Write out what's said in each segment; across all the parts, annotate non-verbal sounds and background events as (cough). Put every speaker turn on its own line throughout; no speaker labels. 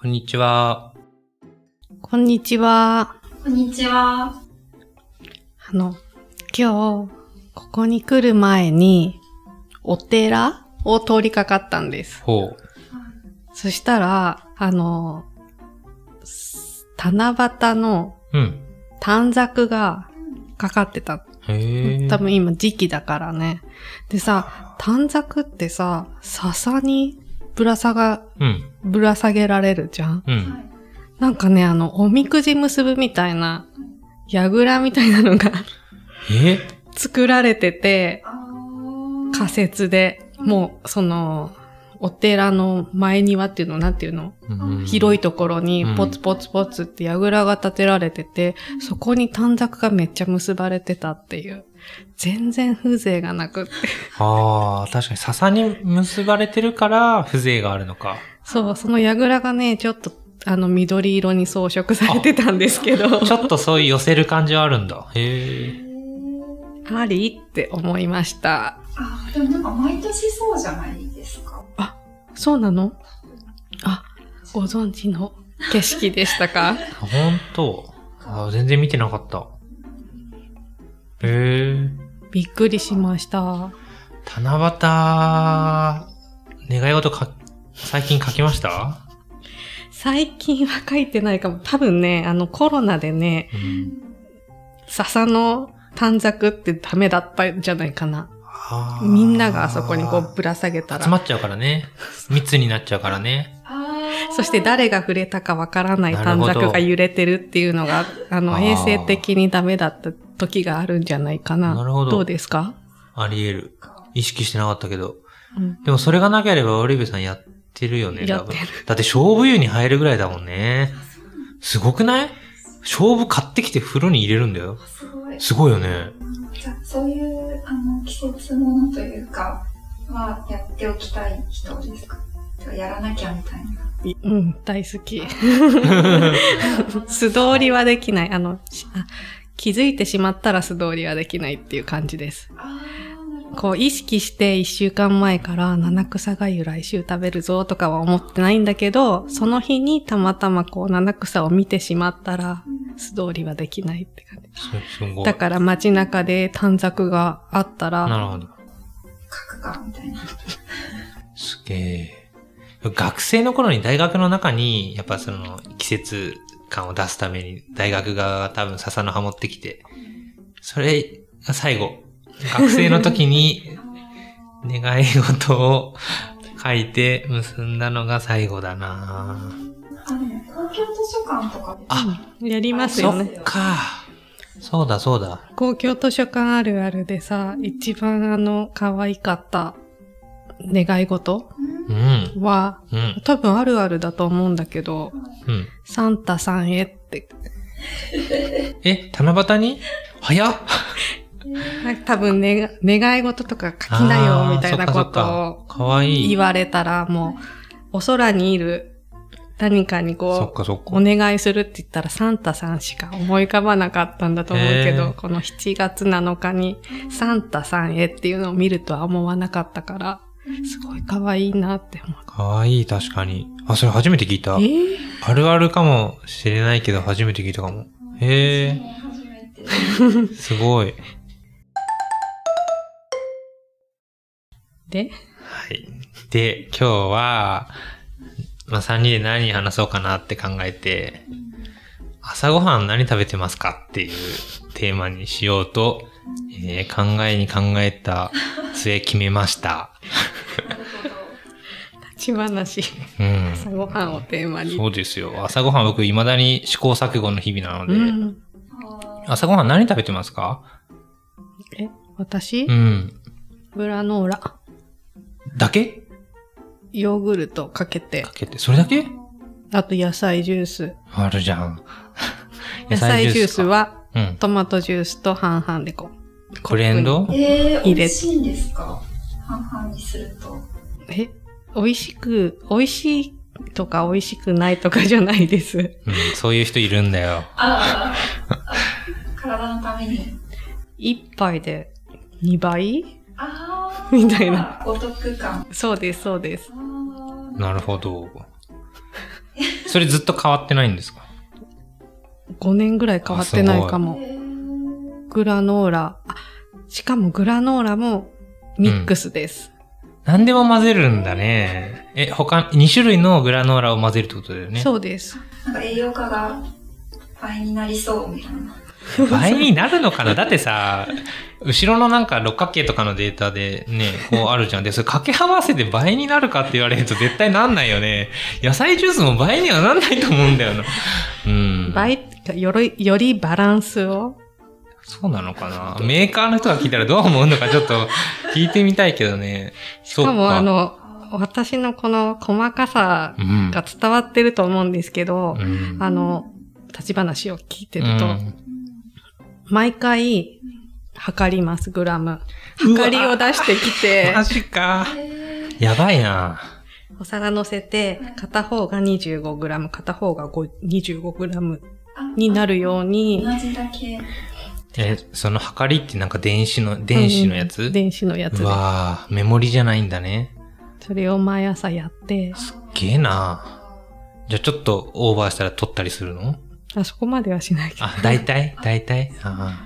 こんにちは。
こんにちは。
こんにちは。
あの、今日、ここに来る前に、お寺を通りかかったんです。
ほう。
そしたら、あの、す七夕の
うん。
短冊がかかってた。
へえ。
多分今時期だからね。でさ、短冊ってさ、笹にぶら下が、
うん。
ぶら下げられるじゃん
うん。
は
なんかね、あの、おみくじ結ぶみたいな、櫓みたいなのが (laughs)
え
作られてて、
い。
仮説で、
うん
もう、その、お寺の前庭っていうの、なんていうの、
うん
広いところに
うん
ポツポツポツって櫓が建てられてて、そこに短冊がめっちゃ結ばれてたっていう。全然風情がなくって。
ああ、確かに笹に結ばれてるから風情があるのか。
そう、その櫓がね、ちょっと、あの、緑色に装飾されてたんですけど、
ちょっとそういう寄せる感じはあるんだ。へえ。
ありって思いました。
あー、でもなんか毎年そうじゃないですか。
そうなのあ、ご存知の (laughs) 景色でしたか
ほんと。あー全然見てなかった。へえ。
びっくりしました。
七夕、願い事か、最近書きました
最近は書いてないかも。多分ね、あのコロナでね、
うん。
笹の短冊ってダメだったんじゃないかな。
あー
みんながあそこにこうぶら下げた
集ま
ら。
っちゃうからね。密になっちゃうからね。
あ
そして誰が触れたかわからない
なる
短
ほど
冊が揺れてるっていうのが、あの
あー
衛生的にダメだった時があるんじゃないかな。
なるほど
うですか、
あり得る。意識してなかったけど。
うん、
でもそれがなければ、オリベさんやってるよね。
やってる
多分だって勝負湯に入るぐらいだもんね。すごくない勝負買ってきて風呂に入れるんだよ。
すごい。
すごいよね。
じゃあそういうあの季節ものというかはやっておきたい人ですかやらなきゃみたいな。
うん、大好き。 (laughs) 素通りはできない。あの、しあ気づいてしまったら素通りはできないっていう感じです。
あーなるほど
こう意識して一週間前から七草がゆ来週食べるぞとかは思ってないんだけど、その日にたまたまこう七草を見てしまったら
うん
素通りはできないって感じ。
すすごい。
だから街中で短冊があった
な
ら、
るほど。
書くかみたいな。
すげえ。学生の頃に大学の中に、やっぱその季節感を出すために、大学側が多分笹の葉持ってきて、それが最後。学生の時に願い事を書いて結んだのが最後だな
あでも公共図書館とかで
あ、
やります
そ
よ
っ
ね。
か。そうだそうだ。
公共図書館あるあるでさ、一番あの可愛かった願い事
う
うん
ん。
は、
うん。
多分あるあるだと思うんだけど、
うん。
サンタさんへって、
え、七夕に早っ
多分ね、願い事とか書きなよみたいなことを
を。かわいい。
言われたらもうお空にいる何かに
そっ
こう
かそっか
お。願いするって言ったらサンタさんしか思い浮かばなかったんだと思うけ
へ
ど
ー
この7月7日にサンタさんへっていうのを見るとは思わなかったからすごい可愛いなって思う。
かわいい、確かに。あ、それ初めて聞いた。
え
あるあるかもしれないけど、初めて聞いたかも。へえ、
初めて。
すごい。
で
はい。で、今日は、まあ、3人で何話そうかなって考えて、朝ごはん何食べてますかっていうテーマにしようと、えー考えに考えた末決めました。
なるほど。
立ち話
うん。
朝ごはんをテーマに。
そうですよ。朝ごはん僕未だに試行錯誤の日々なので、
うん、
あー
朝ごはん何食べてますか
え私、
うん。
グラノーラ
だけ
ヨーグルトかけて
かけて、それだけ
あと野菜ジュース
あるじゃん。
野菜ジュースは
か。うん。
トマトジュースと半々でこう
ブレンド
えー、
入れ
美味しいんですか半々にすると。
え、美味しく、美味しいとか美味しくないとかじゃないです。
うん、そういう人いるんだよ。
ああ、 (laughs) 体のために。
一杯で2倍
ああ、
みたいな。
お得感。
そうです、そうです。
あー
なるほど。それずっと変わってないんですか
5年ぐらい変わってないか
え
も。グラノーラ。あ、しかもグラノーラもミックスです。
何でも混ぜるんだね。え、他、2種類のグラノーラを混ぜるってことだよね。
そうです。
なんか栄養価が倍になりそうみたいな。
倍になるのかな (laughs) だってさ、後ろのなんか六角形とかのデータでね、こうあるじゃん。で、それ掛け合わせて倍になるかって言われると絶対なんないよね。野菜ジュースも倍にはなんないと思うんだよな。うん。
倍っていうか、より、よりバランスを。
そうなのかなメーカーの人が聞いたらどう思うのかちょっと聞いてみたいけどね。
し
そう
かもあ、の、私のこの細かさ
うん。
が伝わってると思うんですけど、
うん
あの、立ち話を聞いてると、
うん
毎回測ります、グラム。測りを出してき
(laughs)
て
マ、ジか。
えー
やばいな。
お皿乗せて、片方が 25g、片方が 25g
あ
になるように、
同じだけ。
え、その測りってなんか電子の、電子のやつ、
うん電子のやつ
う
で。
わーメモリじゃないんだね。
それを毎朝やって、
すっげえな。じゃあちょっとオーバーしたら取ったりするの
あそこまではしないけど。
あ、大体大体あ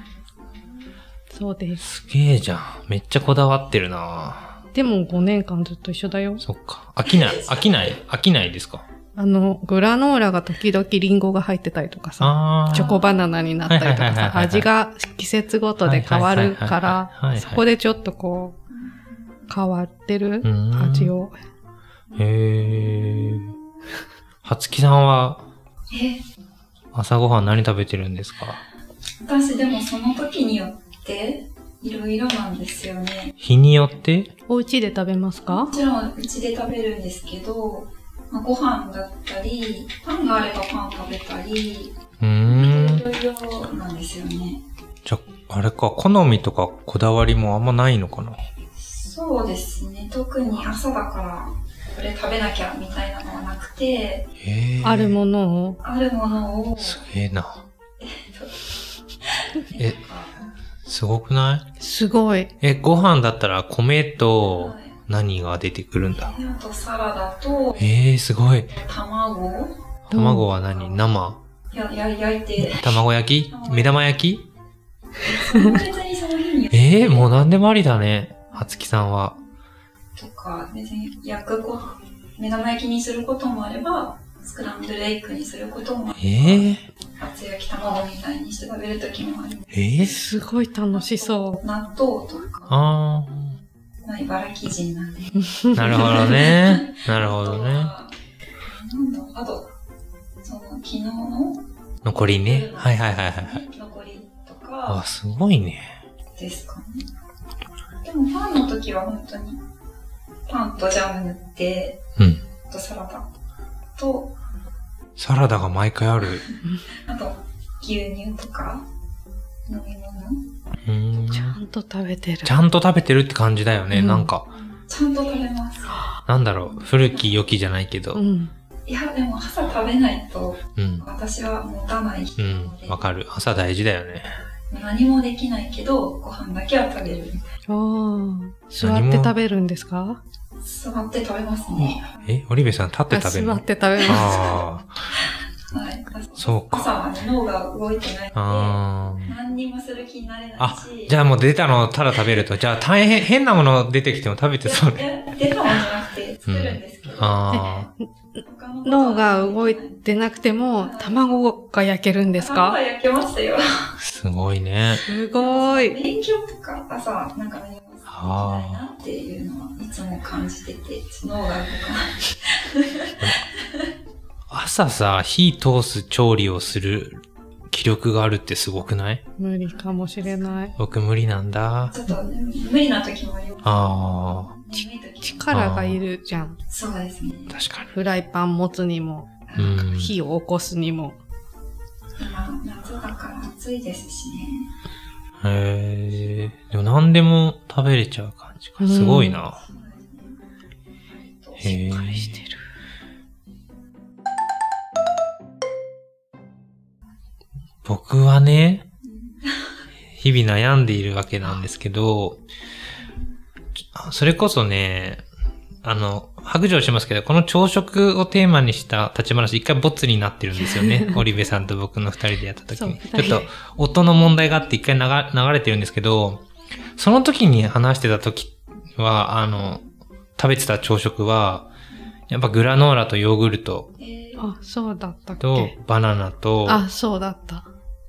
そうで
ー
す。
すげえじゃん。めっちゃこだわってるな。
でも5年間ずっと一緒だよ。
そっか。飽きない、飽きない、飽きないですか
あの、グラノーラが時々リンゴが入ってたりとかさ、
ああ。
チョコバナナになったりとか
はいはいはいはい
さ、
はい
味が季節ごとで変わるか
はいはいはいはいはいは
ら、
い
そこでちょっとこう、変わってる
うん
味を。
へえ。はつきさんは
え
朝ごはん何食べてるんですか
私でもその時によっていろいろなんですよね。
日によって
お家で食べますか
もちろんうちで食べるんですけど、まあ、ご飯だったり、パンがあればパン食べたり、
うーん。
いろいろなんですよね。
じゃあ、あれか、好みとかこだわりもあんまないのかな
そうですね。特に朝だからこれ食べなきゃみたいなのはなくて、
へえ。
あるものを。
あるものを、
すげえな。
え
え、すごくない
すごい。
え、ご飯だったら米と
はい
何が出てくるんだ
であとサラダと
えー、すごい。
卵
卵は何生
やや焼い
(laughs)
て、
卵焼き目玉焼き
別にその日に
えー、もう何でもありだね。はつきさんは。
とか、別に焼くこ目玉焼きにすることもあれば、スクランブルエッグにすることもあ
えー、
ば、厚焼き卵みたいにして食べるときもある。
えー、
すごい楽しそう。
納豆とか、
あ
まあ、茨城人なんで。
ー。なるほど
(laughs)
ね。なるほどね。
あとは。なんだろうあと、その、昨日の
残りね。はいはいはいはいはい。
残りと
あ、
か
すごいね。
ですかね。でもパンの時は本当に、パンとジャム塗って、
うん
あとサラダと、
サラダが毎回ある。
あと、牛乳とか、飲み物。
うーん
ちゃんと食べてる
ち。ゃんと食べてるって感じだよね。
うん
なんか、
ちゃんと食べます。
なんだろう。古き良きじゃないけ
う
ど。
ん。
いや、でも朝食べないと、
うん。
私は持たない人
う
なんので、。
わかる。朝大事だよね。
何もできないけど、ご飯だけは食べる。
ああ。座って食べるんですか
座って食べますね。
え、オリベさん立って
あ
食べ
座
るの
って食べます。
ああ。
はい。
そうか
朝はね脳が動いてないの
あ
で、
ー
何にもする気になれない
あ
し。、
じゃあもう出たのをただ食べると。じゃあ大変、変なもの出てきても食べてそうね。
ね。出たもんじゃなくて作るんですけど。
あ
他のことは
脳が動いてなくても、卵が焼けるんです
頭は
か
焼けますよ。
あ、すごいね。
すごい。
勉強とか朝なんか何もできない
あ
なっていうのはいつも感じてて、脳が動かない。
あ。朝さ、火通す調理をする気力があるってすごくない
無理かもしれない。
僕無理なんだ。
ちょっとね無理な時もあります。
ああ。
眠い時も。
力がいるじゃん。
そうですね。
確かに。
フライパン持つにも、
うん。
火を起こすにも。
今、夏だから暑いですしね。
へえ。でも何でも食べれちゃう感じか。すごいな。
そうですね割と
へえ。
してる。
僕はね、日々悩んでいるわけなんですけど、ちょそれこそね、あの、白状しますけど、この朝食をテーマにした立ち話、一回ボツになってるんですよね。織部さんと僕の二人でやった時に。
そう
ちょっと、音の問題があって一回流流れてるんですけど、その時に話してた時は、あの、食べてた朝食は、やっぱグラノーラとヨーグルト
えー、
あ、そうだったっ
と
け
バナナと、
あ、そうだった。
っ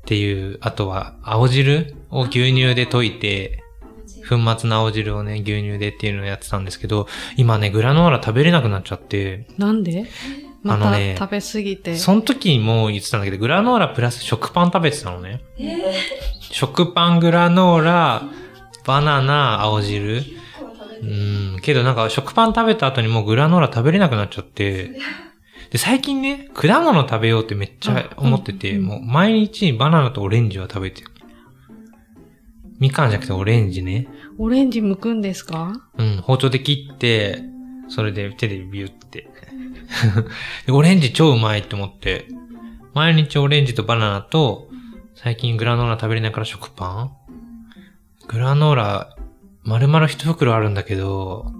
ていう、あとは青汁を牛乳で溶いて、粉末の青汁をね、牛乳でっていうのをやってたんですけど、今ね、グラノーラ食べれなくなっちゃって、
なんでま
あの
た
ね
食べ過ぎて。
その時も言ってたんだけど、グラノーラプラス食パン食べてたのね。
えー、
食パン、グラノーラ、バナナ、青汁。
結構食べ
う
てる。
ん、けどなんか食パン食べた後にもうグラノーラ食べれなくなっちゃって、で、最近ね、果物食べようってめっちゃ思ってて、
うん
もう毎日バナナとオレンジは食べてる。みかんじゃなくてオレンジね。
オレンジ剥くんですか
うん、包丁で切って、それで手でビュって。 (laughs) でオレンジ超うまいって思って、毎日オレンジとバナナと、最近グラノーラ食べれないから食パングラノーラ、丸々一袋あるんだけど、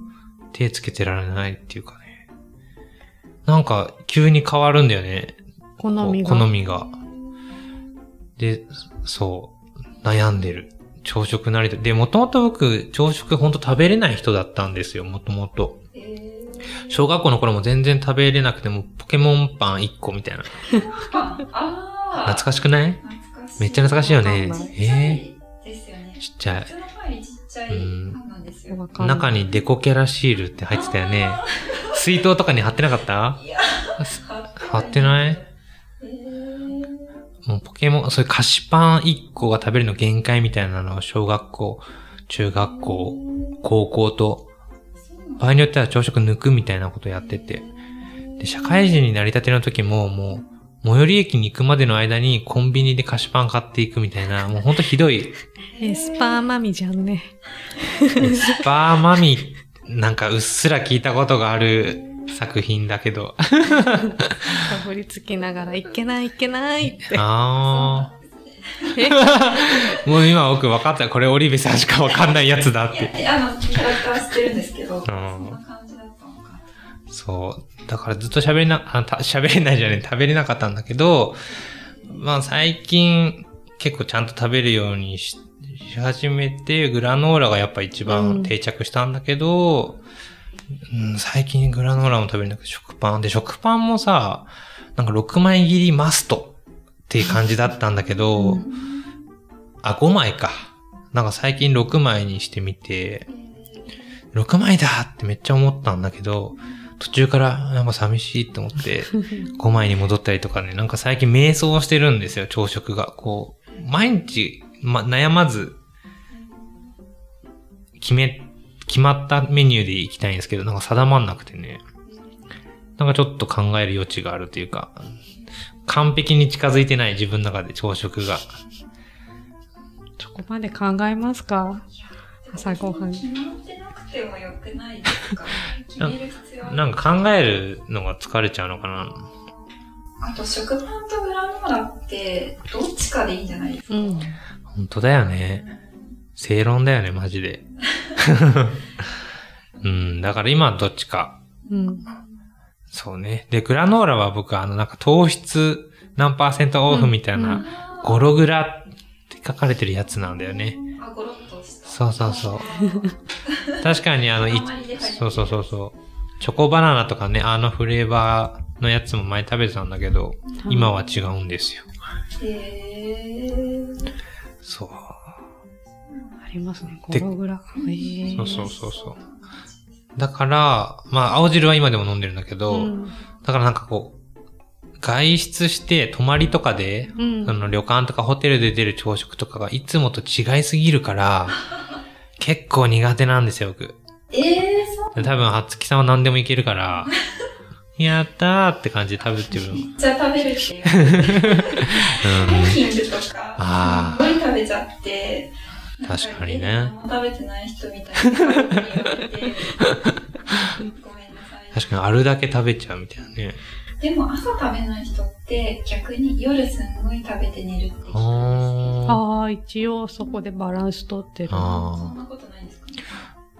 手つけてられないっていうかね。なんか、急に変わるんだよね。
好
こ
み
う
が。
好みが。で、そう、悩んでる。朝食なりと。で、もともと僕、朝食ほんと食べれない人だったんですよ、もともと。
え
小学校の頃も全然食べれなくても、ポケモンパン1個みたいな。
ー、パンあー
懐かしくない
懐かしい。
めっちゃ懐かしいよね
わかんな。
ちっちゃ
え
いですよね
ー、。ちっちゃ
普
い。
通のパンよりちっちゃいパンなんですよ。
わかんない
中にデコキャラシールって入ってたよね。水筒とかに貼ってなかった
いや、貼
貼ってない
えー、
もうポケモン、そういう菓子パン1個が食べるの限界みたいなのを小学校、中学校、高校と場合によっては朝食抜くみたいなことやってて。で、社会人になりたての時も、もう、最寄り駅に行くまでの間にコンビニで菓子パン買っていくみたいな、もうほんとひどい、
え、スパーマミじゃんね。
スパーマミ、なんかうっすら聞いたことがある作品だけど。
かぶりつきながら、いけないいけないって。
あ
え
ー。もう今僕分かった。これオリベさんしか分かんないやつだっ
い
て。
や、いやあの、キャラクターは知ってるんですけど、そん
ん
な感じだったのか。
そう。だからずっと喋れな、あた喋れないじゃない、食べれなかったんだけど、まあ最近結構ちゃんと食べるようにしし始めて、グラノーラがやっぱ一
うん
番定着したんだけど、うん最近グラノーラも食べれなくて食パン。で、食パンもさ、なんか6枚切りマストっていう感じだったんだけど、
う
あ、5枚か。なんか最近6枚にしてみて、6枚だってめっちゃ思ったんだけど、途中からなんか寂しいって思って、5枚に戻ったりとかね、なんか最近瞑想してるんですよ、朝食が。こう、毎日、ま、悩まず、決め、決まったメニューで行きたいんですけど、なんか定まんなくてね。なんかちょっと考える余地があるというか、完璧に近づいてない自分の中で朝食が。
そこまで考えますか朝ごはん
決まってなくてもよくないですか決める必要は
なんか考えるのが疲れちゃうのかな。
あと、食パンとグラノーラって、どっちかでいいんじゃないですか、
うん。
本当だよね。正論だよね、マジで。 (laughs) うん、だから今はどっちか。
うん。
そうね。で、グラノーラは僕、あの、なんか糖質何パーセントオフみたい
うん
な、
あ
ゴログラって書かれてるやつなんだよね。
ーあ、ゴロッとした。
そうそうそう確かにあの、い
塊で入ってる
そうそうそうそう。チョコバナナとかね、あのフレーバーのやつも前食べてたんだけど、今は違うんですよ。
へー
そう。
ありますね。
で
ゴログラ。へー
そうそうそうそう。だから、まあ、青汁は今でも飲んでるんだけど、
うん。
だからなんかこう、外出して泊まりとかで、
うん
その旅館とかホテルで出る朝食とかがいつもと違いすぎる (laughs) から、結構苦手なんですよ、僕。
えー、そう
多分、はつきさんは何でもいけるから、 (laughs) やったーって感じで食べてる。うん。
めっちゃ食べるって
(laughs)
いう。ハイキングとか、
あ
すごい食べちゃって、なん
確かにね
え何も食べてない人みたいな感じに言われて、ごめんなさい。
確かにあるだけ食べちゃうみたいなね。
でも朝食べない人って逆に夜すんごい食べて寝るって人
あー
ああ、一応そこでバランス取ってる。
あ
そんなことないんですか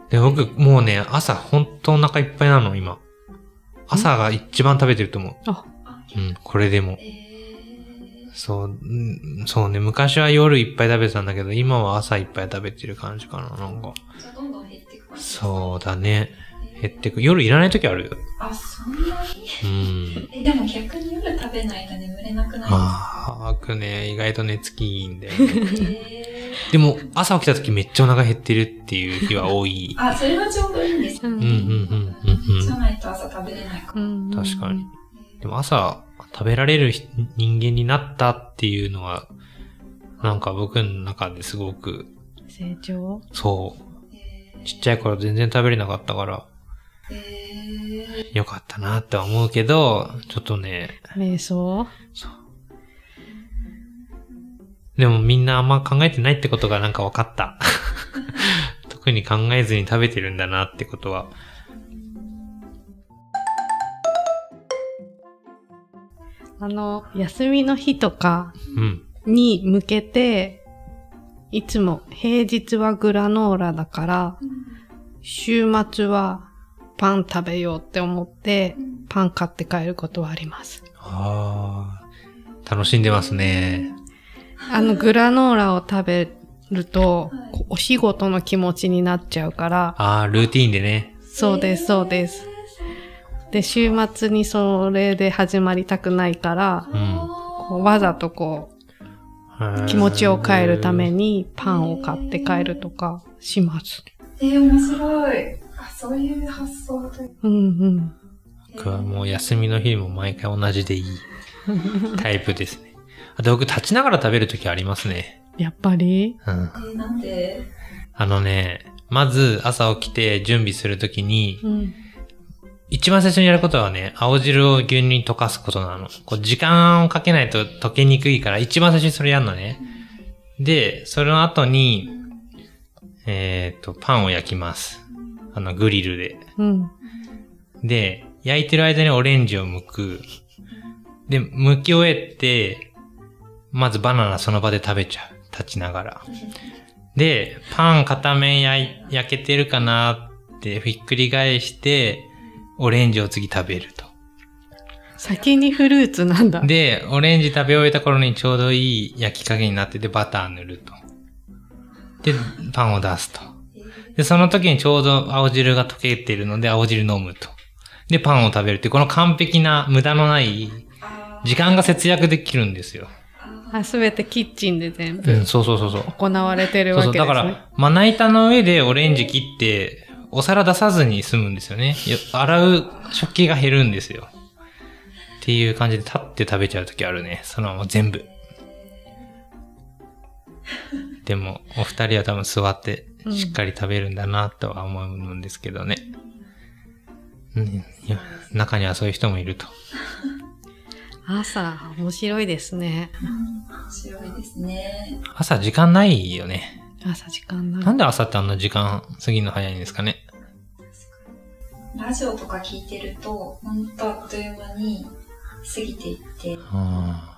で、僕、もうね、朝、ほんとお腹いっぱいなの、今。朝が一番食べてると思
あ
う。うん、これでも。
えー、
そう、うんそうね、昔は夜いっぱい食べてたんだけど、今は朝いっぱい食べてる感じかな、なんか。
じゃあどんどん減っていく感じですか
そうだね。
えー
減ってく。夜いらない時あるよ。
あ、そんなに
うん。
え、でも逆に夜食べないと眠れなくない
まあ、くね、意外と寝つきいいんだよね。 (laughs)
ですかえ
でも、朝起きた時めっちゃお腹減ってるっていう日は多い (laughs)
ー、。あ、それはちょうどいいんです
う
ね。
ん
うんうんうんうん
じ
う
ゃ
ん。
ないと朝食べれないか
う
ら。
ん
確かに。
えー
でも朝食べられる人人間になったっていうのは、なんか僕の中ですごく、
成長
そう、
えー
ちっちゃい頃全然食べれなかったから、
え
よかったなって思うけど、ちょっとね、
瞑想
そう。でもみんなあんま考えてないってことがなんか分かった。 (laughs) 特に考えずに食べてるんだなってことは。
あの休みの日とか
うん。
に向けていつも平日はグラノーラだから
ー
週末はパン食べようって思って
うん
パン買って帰ることはあります。
ああ、楽しんでますね。
あのグラノーラを食べると
はい
こうお仕事の気持ちになっちゃうから
ああ、ルーティーンでね。
そうですそうで。
え
す
ー。
で週末にそれで始まりたくないから
あー
こうわざとこう気持ちを変えるためにパンを買って帰るとかします。
えー、面白い。あ、そういう発想という
うんうん。
僕はもう休みの日も毎回同じでいいタイプですね。あと僕立ちながら食べるときありますね。
やっぱり
うん
え。ー、なんで、
あのね、まず朝起きて準備するときに、
うん。
一番最初にやることはね、青汁を牛乳に溶かすことなの。こう時間をかけないと溶けにくいから、一番最初にそれやるのね。で、その後に、えっ、と、パンを焼きます。あの、グリルで。
うん。
で、焼いてる間にオレンジを剥く。で、剥き終えて、まずバナナその場で食べちゃう。立ちながら。で、パン片面焼い焼けてるかなってひっくり返して、オレンジを次食べると。
先にフルーツなん (laughs) だ。
で、オレンジ食べ終えた頃にちょうどいい焼き加減になってて、バター塗ると。で、パンを出すと。
えー
で、その時にちょうど青汁が溶けてるので、青汁飲むと。で、パンを食べるっていう、この完璧な無駄のない
あー
時間が節約できるんですよ。
あー
あ、すべてキッチンで全
う
部
ん、そうそうそうそう。
行われてる
そう
わ
そ
け
う。
ですね。
だから、まな板の上でオレンジ切って、お皿出さずに済むんですよね。よ洗う食器が減るんですよ。っていう感じで立って食べちゃう時あるね。そのまま全部。でも、お二人は多分座って
うん
しっかり食べるんだなとは思うんですけどね。うん、いや中にはそういう人もいると。
朝、面白いですね。
面白いですね。
朝時間ないよね。
朝時間ない。
なんで朝ってあんな時間過ぎるの早いんですかね。
ラジオとか聞いてると、ほんとあっという間に過ぎていって、
あ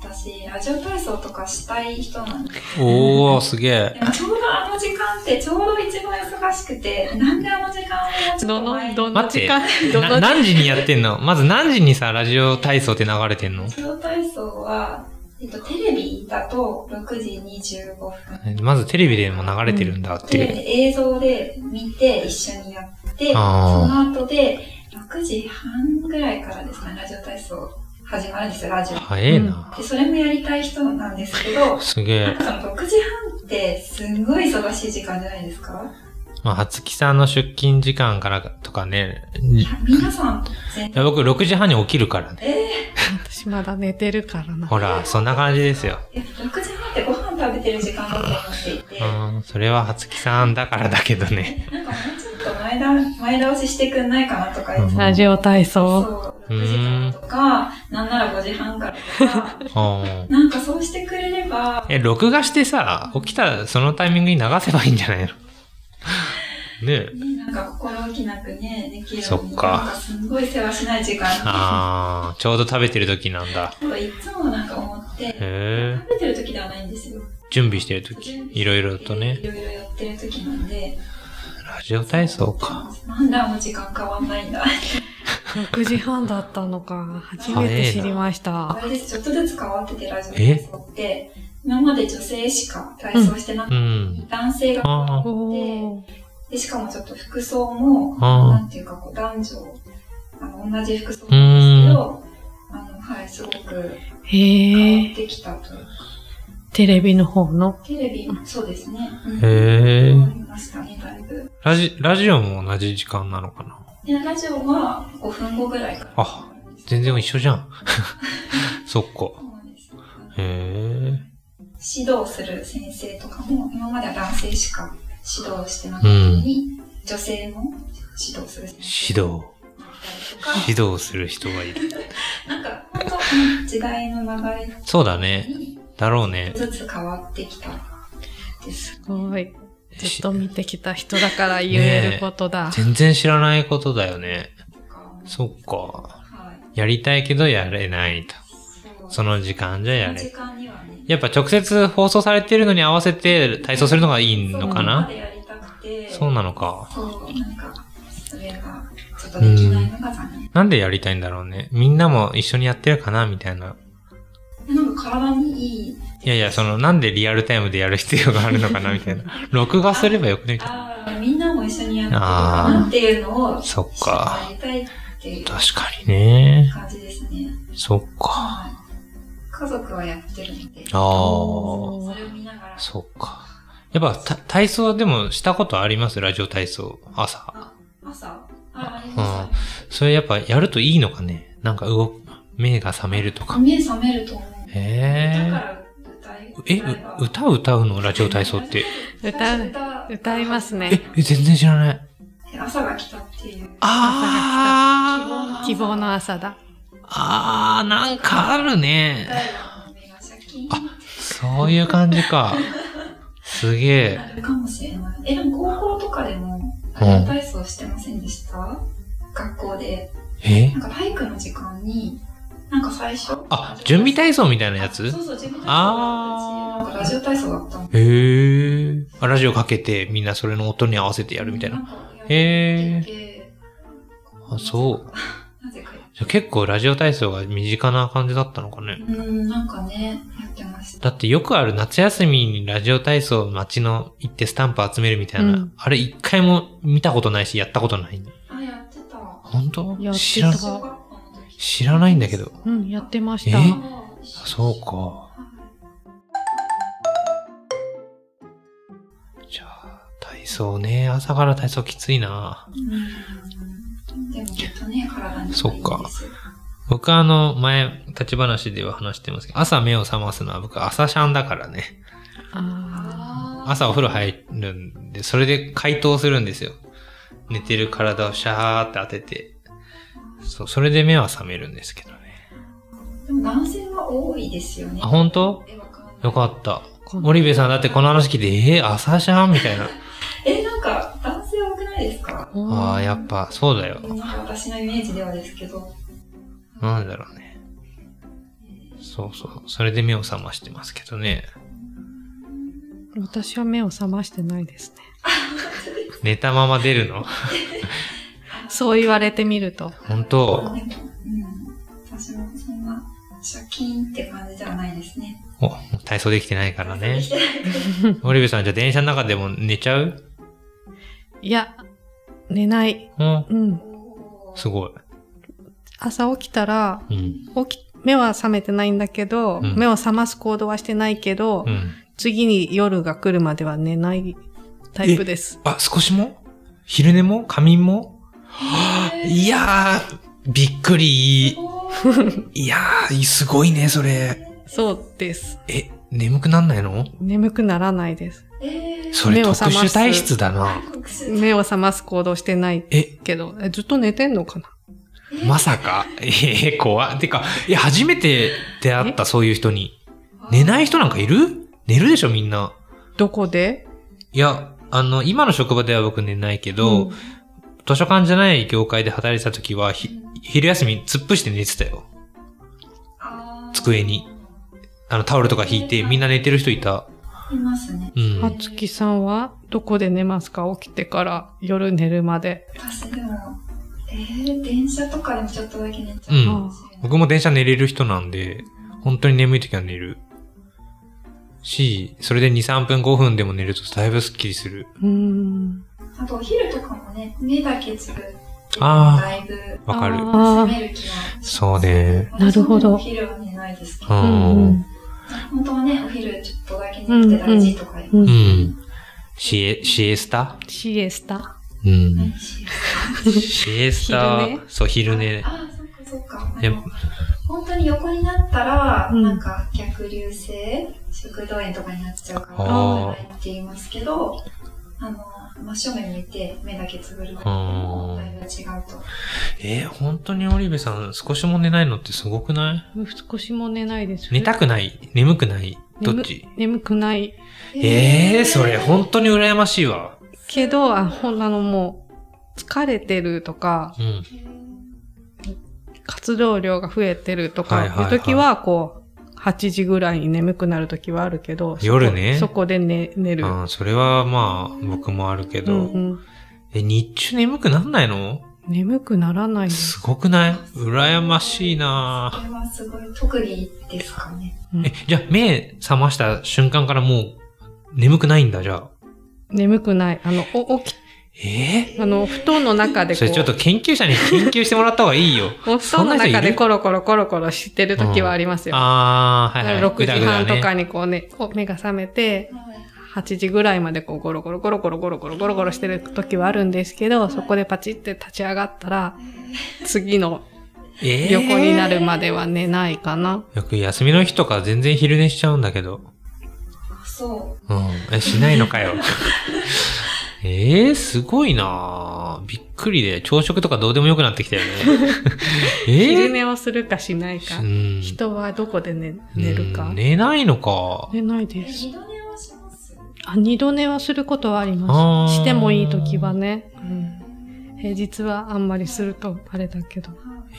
私、ラジオ体操とかしたい人なんで、
ーおー、すげえ
で。もちょうどあの時間ってちょうど一番忙しくて、なんであの時間をもうちょっ
ど
と前
の、
に
どの
待っ
時
て
間、 (laughs) ど
な
の
何時にやってんのまず何時にさ、ラジオ体操って流れてんの
ラジオ体操は、えっと、テレビだと6時25分。
まずテレビでも流れてるんだっ
テレ
て。
ビで映像で見て一緒にやって、そ
あ
の後で6時半ぐらいからですね、ラジオ体操始まるんですよ、ラジオ。
早えな。
で、それもやりたい人なんですけど、
すげえ。
その6時半ってすんごい忙しい時間じゃないですか
まあ、はつきさんの出勤時間からとかね。
い
い
や、皆さん全
や
然。
僕6時半に起きるからね。
え
私まだ寝てるからな。
ほら、そんな感じですよ。
ー、いや6時半ってご飯食べてる時間だと思っていて、
うん、それははつきさんだからだけどね。
なんかもうちょっと前倒前倒ししてくんないかなとか言って
ラジオ体操。
そう、6時からとか、なんなら5時半からとか、
(laughs) うん
なんかそうしてくれれば、
え、録画してさ、起きたらそのタイミングに流せばいいんじゃ (laughs) ないのねえ。
ね、なんか心置きなくね、できる
そ
のに
っか
なんかすごい世話しない時間
あー、ちょうど食べてる時なんだ。
なんかいつもなんか思って、
へえ。
食べてる時ではないんですよ。
準備してる時。いろいろとね
い。ろいろやってる時なんで、
ラジオ体操か。
なんであの時間変わんないんだ。
6時半だったのか。初めて知りまし
あ
た。
れです、ちょっとずつ変わっててラジオ体操って、今まで女性しか体操してなく
う
て、
ん。
男性が
ああ。
おー。
で、しかもちょっと服装も、な
あ
んていうかこう男女、あの同じ服装なんですけど、あの、はい、すごく
へ
変わ
え。
ってきたというか、
テレビの方の。
テレビ、そうですね。うん
あ。へえ
変。わりましたね、だいぶ。
ラジ、ラジオも同じ時間なのかな
で、ラジオは5分後ぐらいから。
あ全然一緒じゃん。 (laughs) そっ
そ
か。
うなんです。
へえ。
指導する先生とかも、今までは男性しか指導してなかったのに、女性も指導する先生
指
だっ
導。
たりとか、
指導する人がいる。
なんか、本当うん時代の流れ
そうだね。
に
だろうね。
ずつ変わってきたです。
すごい。ずっと見てきた人
(laughs)
だから言えることだ。
全然知らないことだよね。そ
は
っか。
い。
やりたいけどやれないと。
そう
その時間じゃや
その時
れ。
間にはね。
やっぱ直接放送されてるのに合わせて体操するのがいいのかな
そう今までやりたくて
そうなのか。
そう、なんか、それが、ちょっとできないのが残念。
なんでやりたいんだろうね。みんなも一緒にやってるかなみたいな。
なんか体にいい。
いやいや、その、なんでリアルタイムでやる必要があるのかなみたい
(laughs)
な。録画すればよくねみたいな。
ああ、みんなも一緒にやってるかなっていうのを、
そっか。
やりたいっていう
確かにね。
感じですね。
そっか。
はい。家族はやってるの
あ
で、
あ。
それを見ながら、
そっか。やっぱ、た体操はでもしたことありますラジオ体操。朝。
朝、あ、ありま
それやっぱやるといいのかねなんか動く、目が覚めると
す
か。
目覚めると思う。だか
へ
ら歌い
え。え、
歌えば
う歌歌うのラジオ体操って。
歌う
最初歌
歌いますね
え、え全然知らない。
朝が来たっていう。
あ
希望の朝だ。
ー。あー、なんかあるね。
目がシャキーン
そういう感じか。すげえ。
なるかもしれない。え、でも高校とかで
う
も、
ん
体操してませんでした学校で。
え
なんか体育の時間に、なんか最初。
あ、準備体操みたいなやつ
そうそう、準備体操
あー
だったし、なんかラジオ体操だったの。
へー。あラジオかけてみんなそれの音に合わせてやるみたいな。
んかやってて。
へあ、そう。
う。 (laughs) なぜかや
じゃあ結構ラジオ体操が身近な感じだったのかね。
うん、なんかね、やってました。
だってよくある夏休みにラジオ体操街の行ってスタンプ集めるみたいな、
うん
あれ一回も見たことないしやったことない。
あ、やってた。
本当
やってた
知ら
あ
小学校の時。
知らないんだけど。
うん、やってました。
え
あー
そうか。じゃあ、体操ね。朝から体操きついな。
うんでもきっとね、体に
そっか僕はあの、前、立ち話では話してますけど、朝目を覚ますのは僕朝シャンだからね。
あ
あ
朝お風呂入るんで、それで解凍するんですよ。寝てる体をシャーって当てて。そう、それで目は覚めるんですけどね。
でも男性は多いですよね。
あ、本当
え、わかんない
よかった。
ー
森部さんだってこの話聞いて、えー、朝シャンみたいな。
え、なんか、男性多くないですか
ああ、やっぱ、そうだよ。
なんか私のイメージではですけど。
なんだろうね。そうそう。それで目を覚ましてますけどね。
私は目を覚ましてないですね。
寝たまま出るの
そう言われてみると。
本当
でも、うん。私もそんな、シャキーンって感じではないですね。
お、体操できてないから
(laughs)
ね
そ。うですね
森部さん、じゃあ電車の中でも寝ちゃう
いや、寝ない。
うん。
うん。
おー
すごい。
朝起きたら、
うん。
起き、目は覚めてないんだけど、
うん
目を覚ます行動はしてないけど、
うん。
次に夜が来るまでは寝ないタイプです。
あ、少しも昼寝も仮眠もいやー、びっくり。
おー
いやー、すごいね、それ。
そうです。
え、眠くなんないの
眠くならないです。
えー
それ
目を
特
覚ます
殊体質だな。
韓国出身
目を覚ます行動してない
え、
けど、えずっと寝てんのかな
まさか。 (laughs) えー、怖い。てか、いや、初めて出会った、そういう人に。寝ない人なんかいる寝るでしょ、みんな。
どこで
いや、あの、今の職場では僕寝ないけど、
うん
図書館じゃない業界で働いてた時は、ひ
うん
昼休み突っ伏して寝てたよ。
あー
机にあの、タオルとか引いて、みんな寝てる人いた。
いますね。
うん
はつきさんはどこで寝ますか起きてから夜寝るまで。
私でも、えー、電車とかでもちょっとだけ寝ちゃうかもしれない。
僕も電車寝れる人なんで、本当に眠い時は寝る。し、それで2、3分5分でも寝るとだいぶスッキリする。
うーん。
あとお昼とかもね、目だけつぶって、
あー
だいぶ
わかる。
あ
休める気は。
そうね。
なるほど
お昼は寝ないですけ
う
あ。
ど、
ん。
本当はね、お昼ちょっとだけ寝て大事とか言
うん。
う
う
うん。
ん。シエ、シエスタ
シエスタ。
う。
うんんし
シエスタ
昼寝、
そう、昼寝。
ああ、そっかそっか。あ
え
の本当に横になったら、
うん
なんか逆流性食道炎とかになっちゃうから、
あー
危ないって言いますけど、あの、真正面向いて目だけつぶるの
あー
もだいぶ違うと。
えー、本当にオリベさん少しも寝ないのってすごくない
少しも寝ないです。
寝たくない眠くないど
眠
っち
眠くない。
ええー、それ
ん
本当に羨ましいわ。
けど、あ、ほんなのもう、疲れてるとか、
うん。
活動量が増えてるとか、
はいいはいはいう
時は、こう、8時ぐらいに眠くなる時はあるけど、そこ
夜ね
そこで寝寝る。
あーそれはまあ、僕もあるけど。
うんうん
え、日中眠くなんないの
眠くならないです。
すごくない羨ましいな
これはすごい特技ですかね。
うん
ぁえ、じゃあ目覚ました瞬間からもう眠くないんだ、じゃあ。
眠くない。あの、お起
え
き、あの、布団の中で
ー、
こ、
そうれちょっと研究者に研究してもらった方がいいよ。
お布団の
そんな
中
人い
で
る
コロコロコロコロしてる時はありますよ。
あー、
だ
は
か
いはい。
ら6時半と
ね。
かにこうね、お目が覚めて、8時ぐらいまでこうゴロゴロゴロゴロゴロゴロゴロゴロしてる時はあるんですけど、そこでパチって立ち上がったら、次の
えー、
横になるまでは寝ないかな。
よく休みの日とか全然昼寝しちゃうんだけど。
あそう。
うん。え、しないのかよ。 (laughs) えー、すごいなぁ。びっくりで、朝食とかどうでもよくなってきた
(laughs)
よね。えー、
昼寝をするかしないか
う。ん
人はどこで寝寝る
う
か
ん。寝ないのか。
寝ない
え、
です。
二度寝はします
あ、二度寝はすることはあり
あ
ま
ー
す。してもいい時はね。うん平日はあんまりするとあれだけど。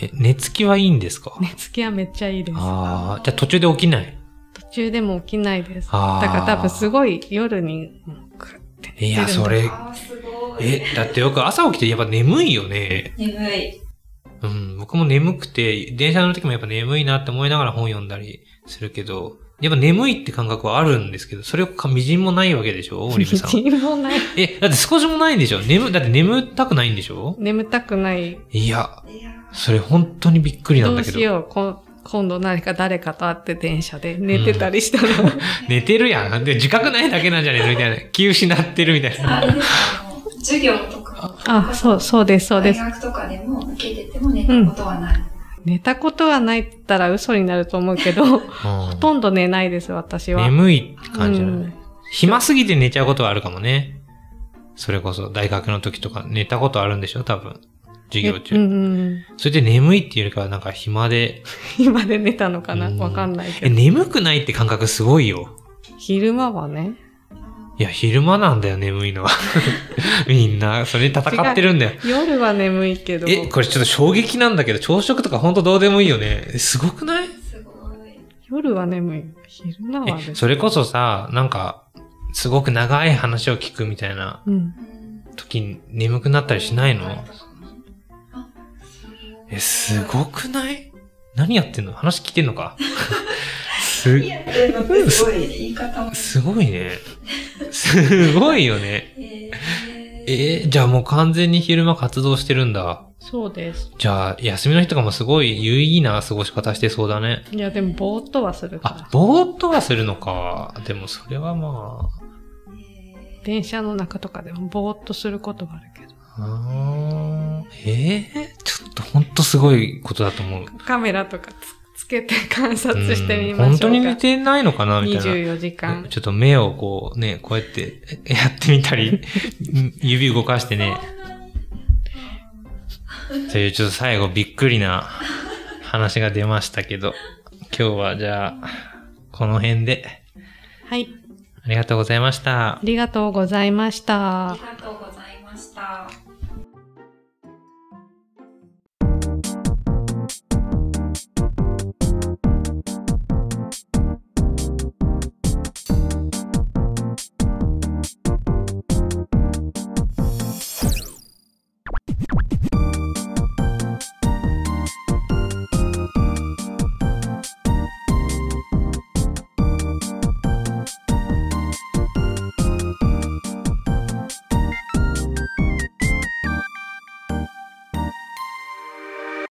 え、寝つきはいいんですか
寝つきはめっちゃいいです。
ああ、じゃあ途中で起きない。
途中でも起きないです。だ
あー
から多分すごい夜にもうグッて寝てるんだ。
いや、それ、
あーすごい。
え、だってよく朝起きてやっぱ眠いよね。
眠い。
うん、僕も眠くて、電車乗る時もやっぱ眠いなって思いながら本読んだりするけど、やっぱ眠いって感覚はあるんですけど、それをかみじんもないわけでし
(laughs)
ょオリブさん。
一日もない。
え、だって少しもないんでしょ眠、だって眠たくないんでしょ
眠たくない。
いや、
いやー
それ本当にびっくりなん
ど
だ
う
け
し
ど。
よう。こ今度何か誰かと会って電車で寝てたりしたら、
(laughs) 寝てるやん。で、自覚ないだけなんじゃねえのみたいな。気失ってるみたいな。
あれですあの授業とか、
あ、そう、そうです、そうで
大
す。
学とかでも受けてても寝たことはない。
寝たことはないって言ったら嘘になると思う
(laughs)
けど、ほ
ほ
とんど寝ないです、私は。
眠いって感じだね、
うん
暇すぎて寝ちゃうことはあるかもね。それこそ大学の時とか寝たことあるんでしょ多分。授業中。
ねうんうん。
それで眠いっていうよりかはなんか暇で。
今で寝たのかな
うん
わかんない
え、
けど。
眠くないって感覚すごいよ。
昼間はね。
いや、昼間なんだよ、眠いのは。 (laughs) みんな、それに戦ってるんだよ。
夜は眠いけど。
え、これちょっと衝撃なんだけど、朝食とかほんとどうでもいいよね。えすごくない
すごい。
夜は眠い。昼間は
え、
別
それこそさ、なんか、すごく長い話を聞くみたいな
うん。
うん
時に眠くなったりしないの
あそう
え、すごくない何やってんの話聞いてんのか (laughs) す、
いやでもすごい言い方も。
すごいね。すごいよね。
えー
えーじゃあもう完全に昼間活動してるんだ。
そうです。
じゃあ、休みの日とかもすごい有意義な過ごし方してそうだね。
いや、でも、ぼーっとはするか
あ
ら、。
ぼーっとはするのか。でもそれはま
え
電車の中とかでもぼーっとすることはあるけど。
あ、あーえーちょっとほんとすごいことだと思う。
カメラとかつつけて観察
うん
してみましょうか。
本当に寝てないのかなみたいな。
24時間。
ちょっと目をこうね、こうやってえやってみたり、 (laughs) うん指動かしてね。というちょっと最後びっくりな話が出ましたけど、今日はじゃあ、この辺で
はい。
ありがとうございました
あ。りがとうございました
ーあ。りがとうございました。